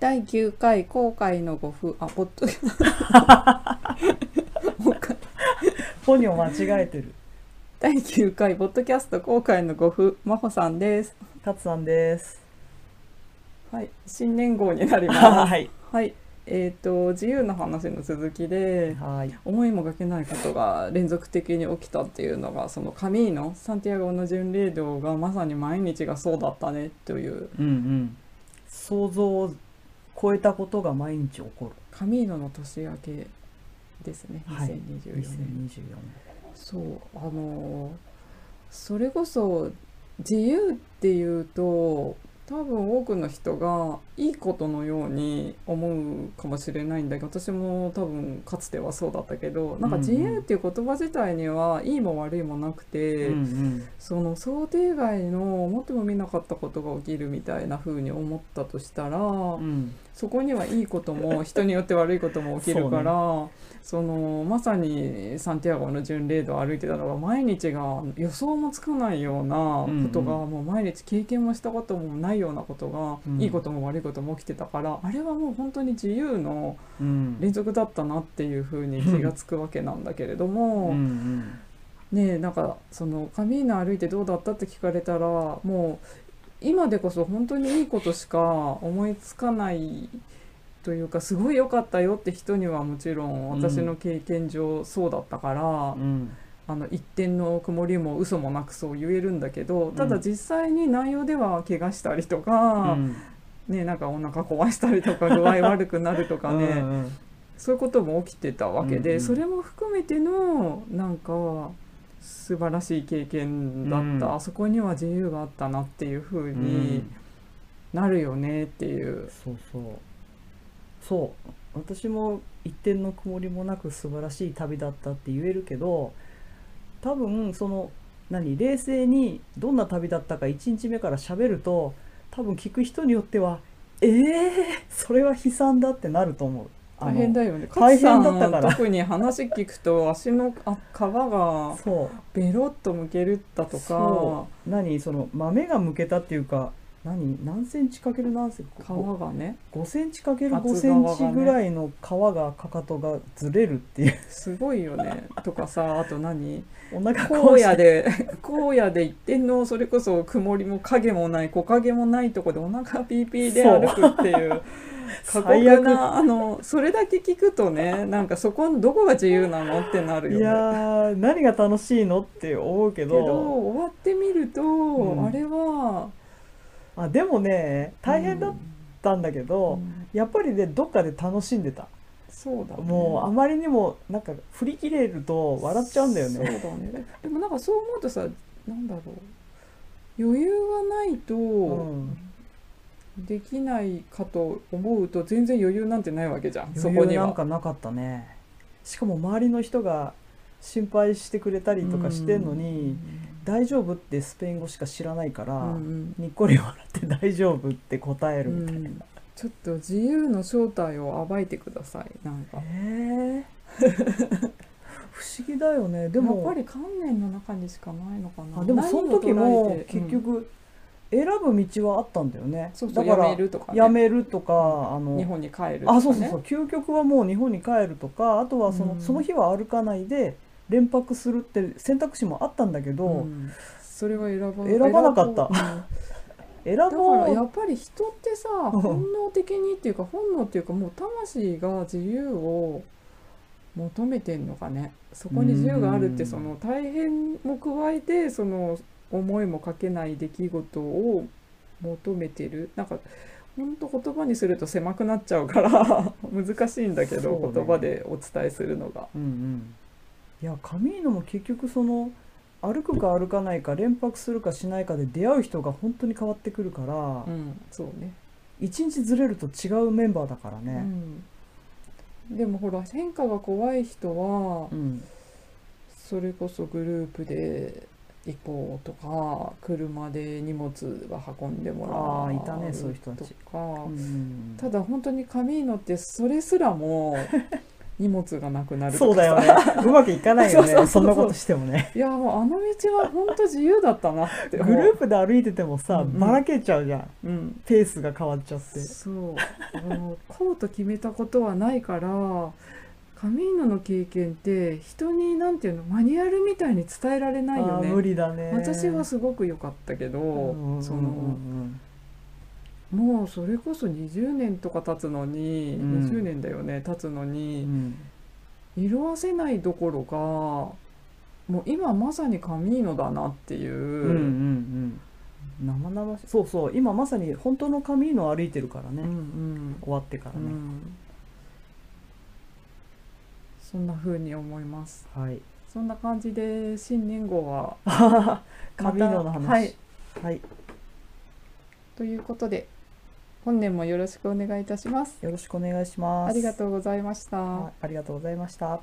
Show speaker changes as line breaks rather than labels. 第9回後悔のご夫あポッド もう一回
ポニョ間違えてる。
第9回ポッドキャスト後悔のご夫真帆さんです
タツさんです。
はい新年号になりま
はい。
すはいえー、と自由の話の続きで
はい。
思いもがけないことが連続的に起きたっていうのがそのカミーノサンティアゴの巡礼道がまさに毎日がそうだったねという
うんうん。想像を超えたことが毎日起こ
カミーノの年明けですね
はい
2024
る。
年。
2024
そうあのーそれこそ自由っていうと多分多くの人がいいことのように思うかもしれないんだけど私も多分かつてはそうだったけどなんか自由っていう言葉自体にはいいも悪いもなくて、
年。うんうん。
その想定外の思っても見なかったことが起きるみたいな風に思ったとしたら、
うん。
そこにはいいことも人によって悪いことも起きるからそ、のまさにサンティアゴの巡礼道を歩いてたのが毎日が予想もつかないようなことが、
うん
もう毎日経験もしたこともないようなことが、
うん
いいことも悪いことも起きてたからあれはもう本当に自由の
うん。
連続だったなっていうふうに気がつくわけなんだけれども。
うんうん。
ねえなんかその「カミーナ歩いてどうだった?」って聞かれたらもう今でこそ本当にいいことしか思いつかないというかすごい良かったよって人にはもちろん
うん
私の経験上そうだったから、
うん。
あの一点の曇りも嘘もなくそう言えるんだけどた
う
だ
ん
実際に内容では怪我したりとか、
うん
ねえなんかお腹壊したりとか具合悪くなるとかね。
うん
そういうことも起きてたわけで、
うんうん
それも含めてのなんか素晴らしい経験だった、
うん
あそこには自由があったなっていう風
う
に
ん。
なるよねっていう、
そうそう。そう。私も一点の曇りもなく素晴らしい旅だったって言えるけど、多分その何冷静にどんな旅だったか1日目から喋ると多分聞く人によってはえー、それは悲惨だってなると思うあ
大
の
変だよね
大変だったか
勝
ら
さん特に話聞くと足のあ皮が
そ
ベロッとむけるだとか
そ何その豆がむけたっていうか何何センチかける何センチ
皮がね
5センチかける5
厚
セ
側がね
ンチぐらいの皮がかかとがずれるっていう
すごいよねとかさあと何
お腹
荒
壊し
野 で荒野で一点のそれこそ曇りも影もない木陰もないとこでお腹ピーピーで歩くっていう過酷
最悪
なあのそれだけ聞くとねなんかそこどこが自由なのってなる
い
よ
や
ね。
ー何が楽しいのって思うけ
け
ど
ど終わってみると、
ん
あれは
あでもね大変だったんだけど、
うん
やっぱりねどっかで楽しんでた
そうだね、
もうあまりにもなんか振り切れると笑っちゃうんだよ
そうだ
ね
ねでもなんかそう思うとさなんだろう余裕がないと、
うん
できないかと思うと全然余裕なんてないわけじゃんそこ
余
に
裕な
は
ん。かなかったねしかも周りの人が心配してくれたりとかしてんのに「大丈夫?」ってスペイン語しか知らないから、
うんうん
にっこり笑って「大丈夫?」って答え
う
るみたい
ん、ちょっと自由の正体を暴いてくださいなんか
な、えー 不思議だよねで
でも
も
やっぱり観念の中にしかないのかな
あでも
何を
その時
捉
も
えて
結
うん
局選ぶ道はあったんだよね、
そうそ
だ
う
か
や
ら
めるとか、ね、
やめるとかあの
日本に帰るとか、ね、
あそうそうそう究極はもう日本に帰るとかあとはその,、
うん
その日は歩かないで連泊するって選択肢もあったんだけど、
んそれは選ば
選ばなかった
選ばうん
選
だからや
ぼう
っぱり人ってさ
うん
本能的にっていうか本能っていうかもう魂が自由を求めてんのかねそこに自由があるって
うん
その大変も加えてその思いもかけない出来事を求めてるなんかほんと言葉にすると狭くなっちゃうから 難しいんだけど、
そうね
言葉でお伝えするのが。
うんうんいやカミーノも結局その歩くか歩かないか連泊するかしないかで出会う人が本当に変わってくるから、
うん、そうね
一日ずれると違うメンバーだからね。
うん、でもほら変化が怖い人は
うん
それこそグループで行こうとか車で荷物は運んでもらう
あーいたねそういう人た
と
ち
か、
うん
ただ本当にカミーノってそれすらも荷物がなくなる
そうだ よ
ね
ねうまくいかないよ
そうそうそうそう
ねそんなことしてもね
いやもうあの道は本当自由だったなって
グ
思う
ループで歩いててもさ
うんうん
ばらけちゃうじゃん
うん
ペースが変わっちゃって
そうあのこうと決めたことはないからカミーノの経験って人になんていうのマニュアルみたいに伝えられないよ
あー無
ね
理だね
私はすごく良かったけど、
うんうん
そ
うん
の
うん
もうそれこそ20年とか経つのに、
うん
20年だよね経つの
う
に、
ん
色褪せないどころかもう今まさにカミーノだなっていう、
うんうんうん生々しいそうそう今まさに本当のカミーノを歩いてるからね、
うんうん
終わってから
う
ね、
んそんな風に思います。
はい
そんな感じで新年号は
カミーノの話、
はい、
はい、
ということで本年もよろしくお願いいたします。
よろしくお願いします
ありがとうございました。
はいありがとうございました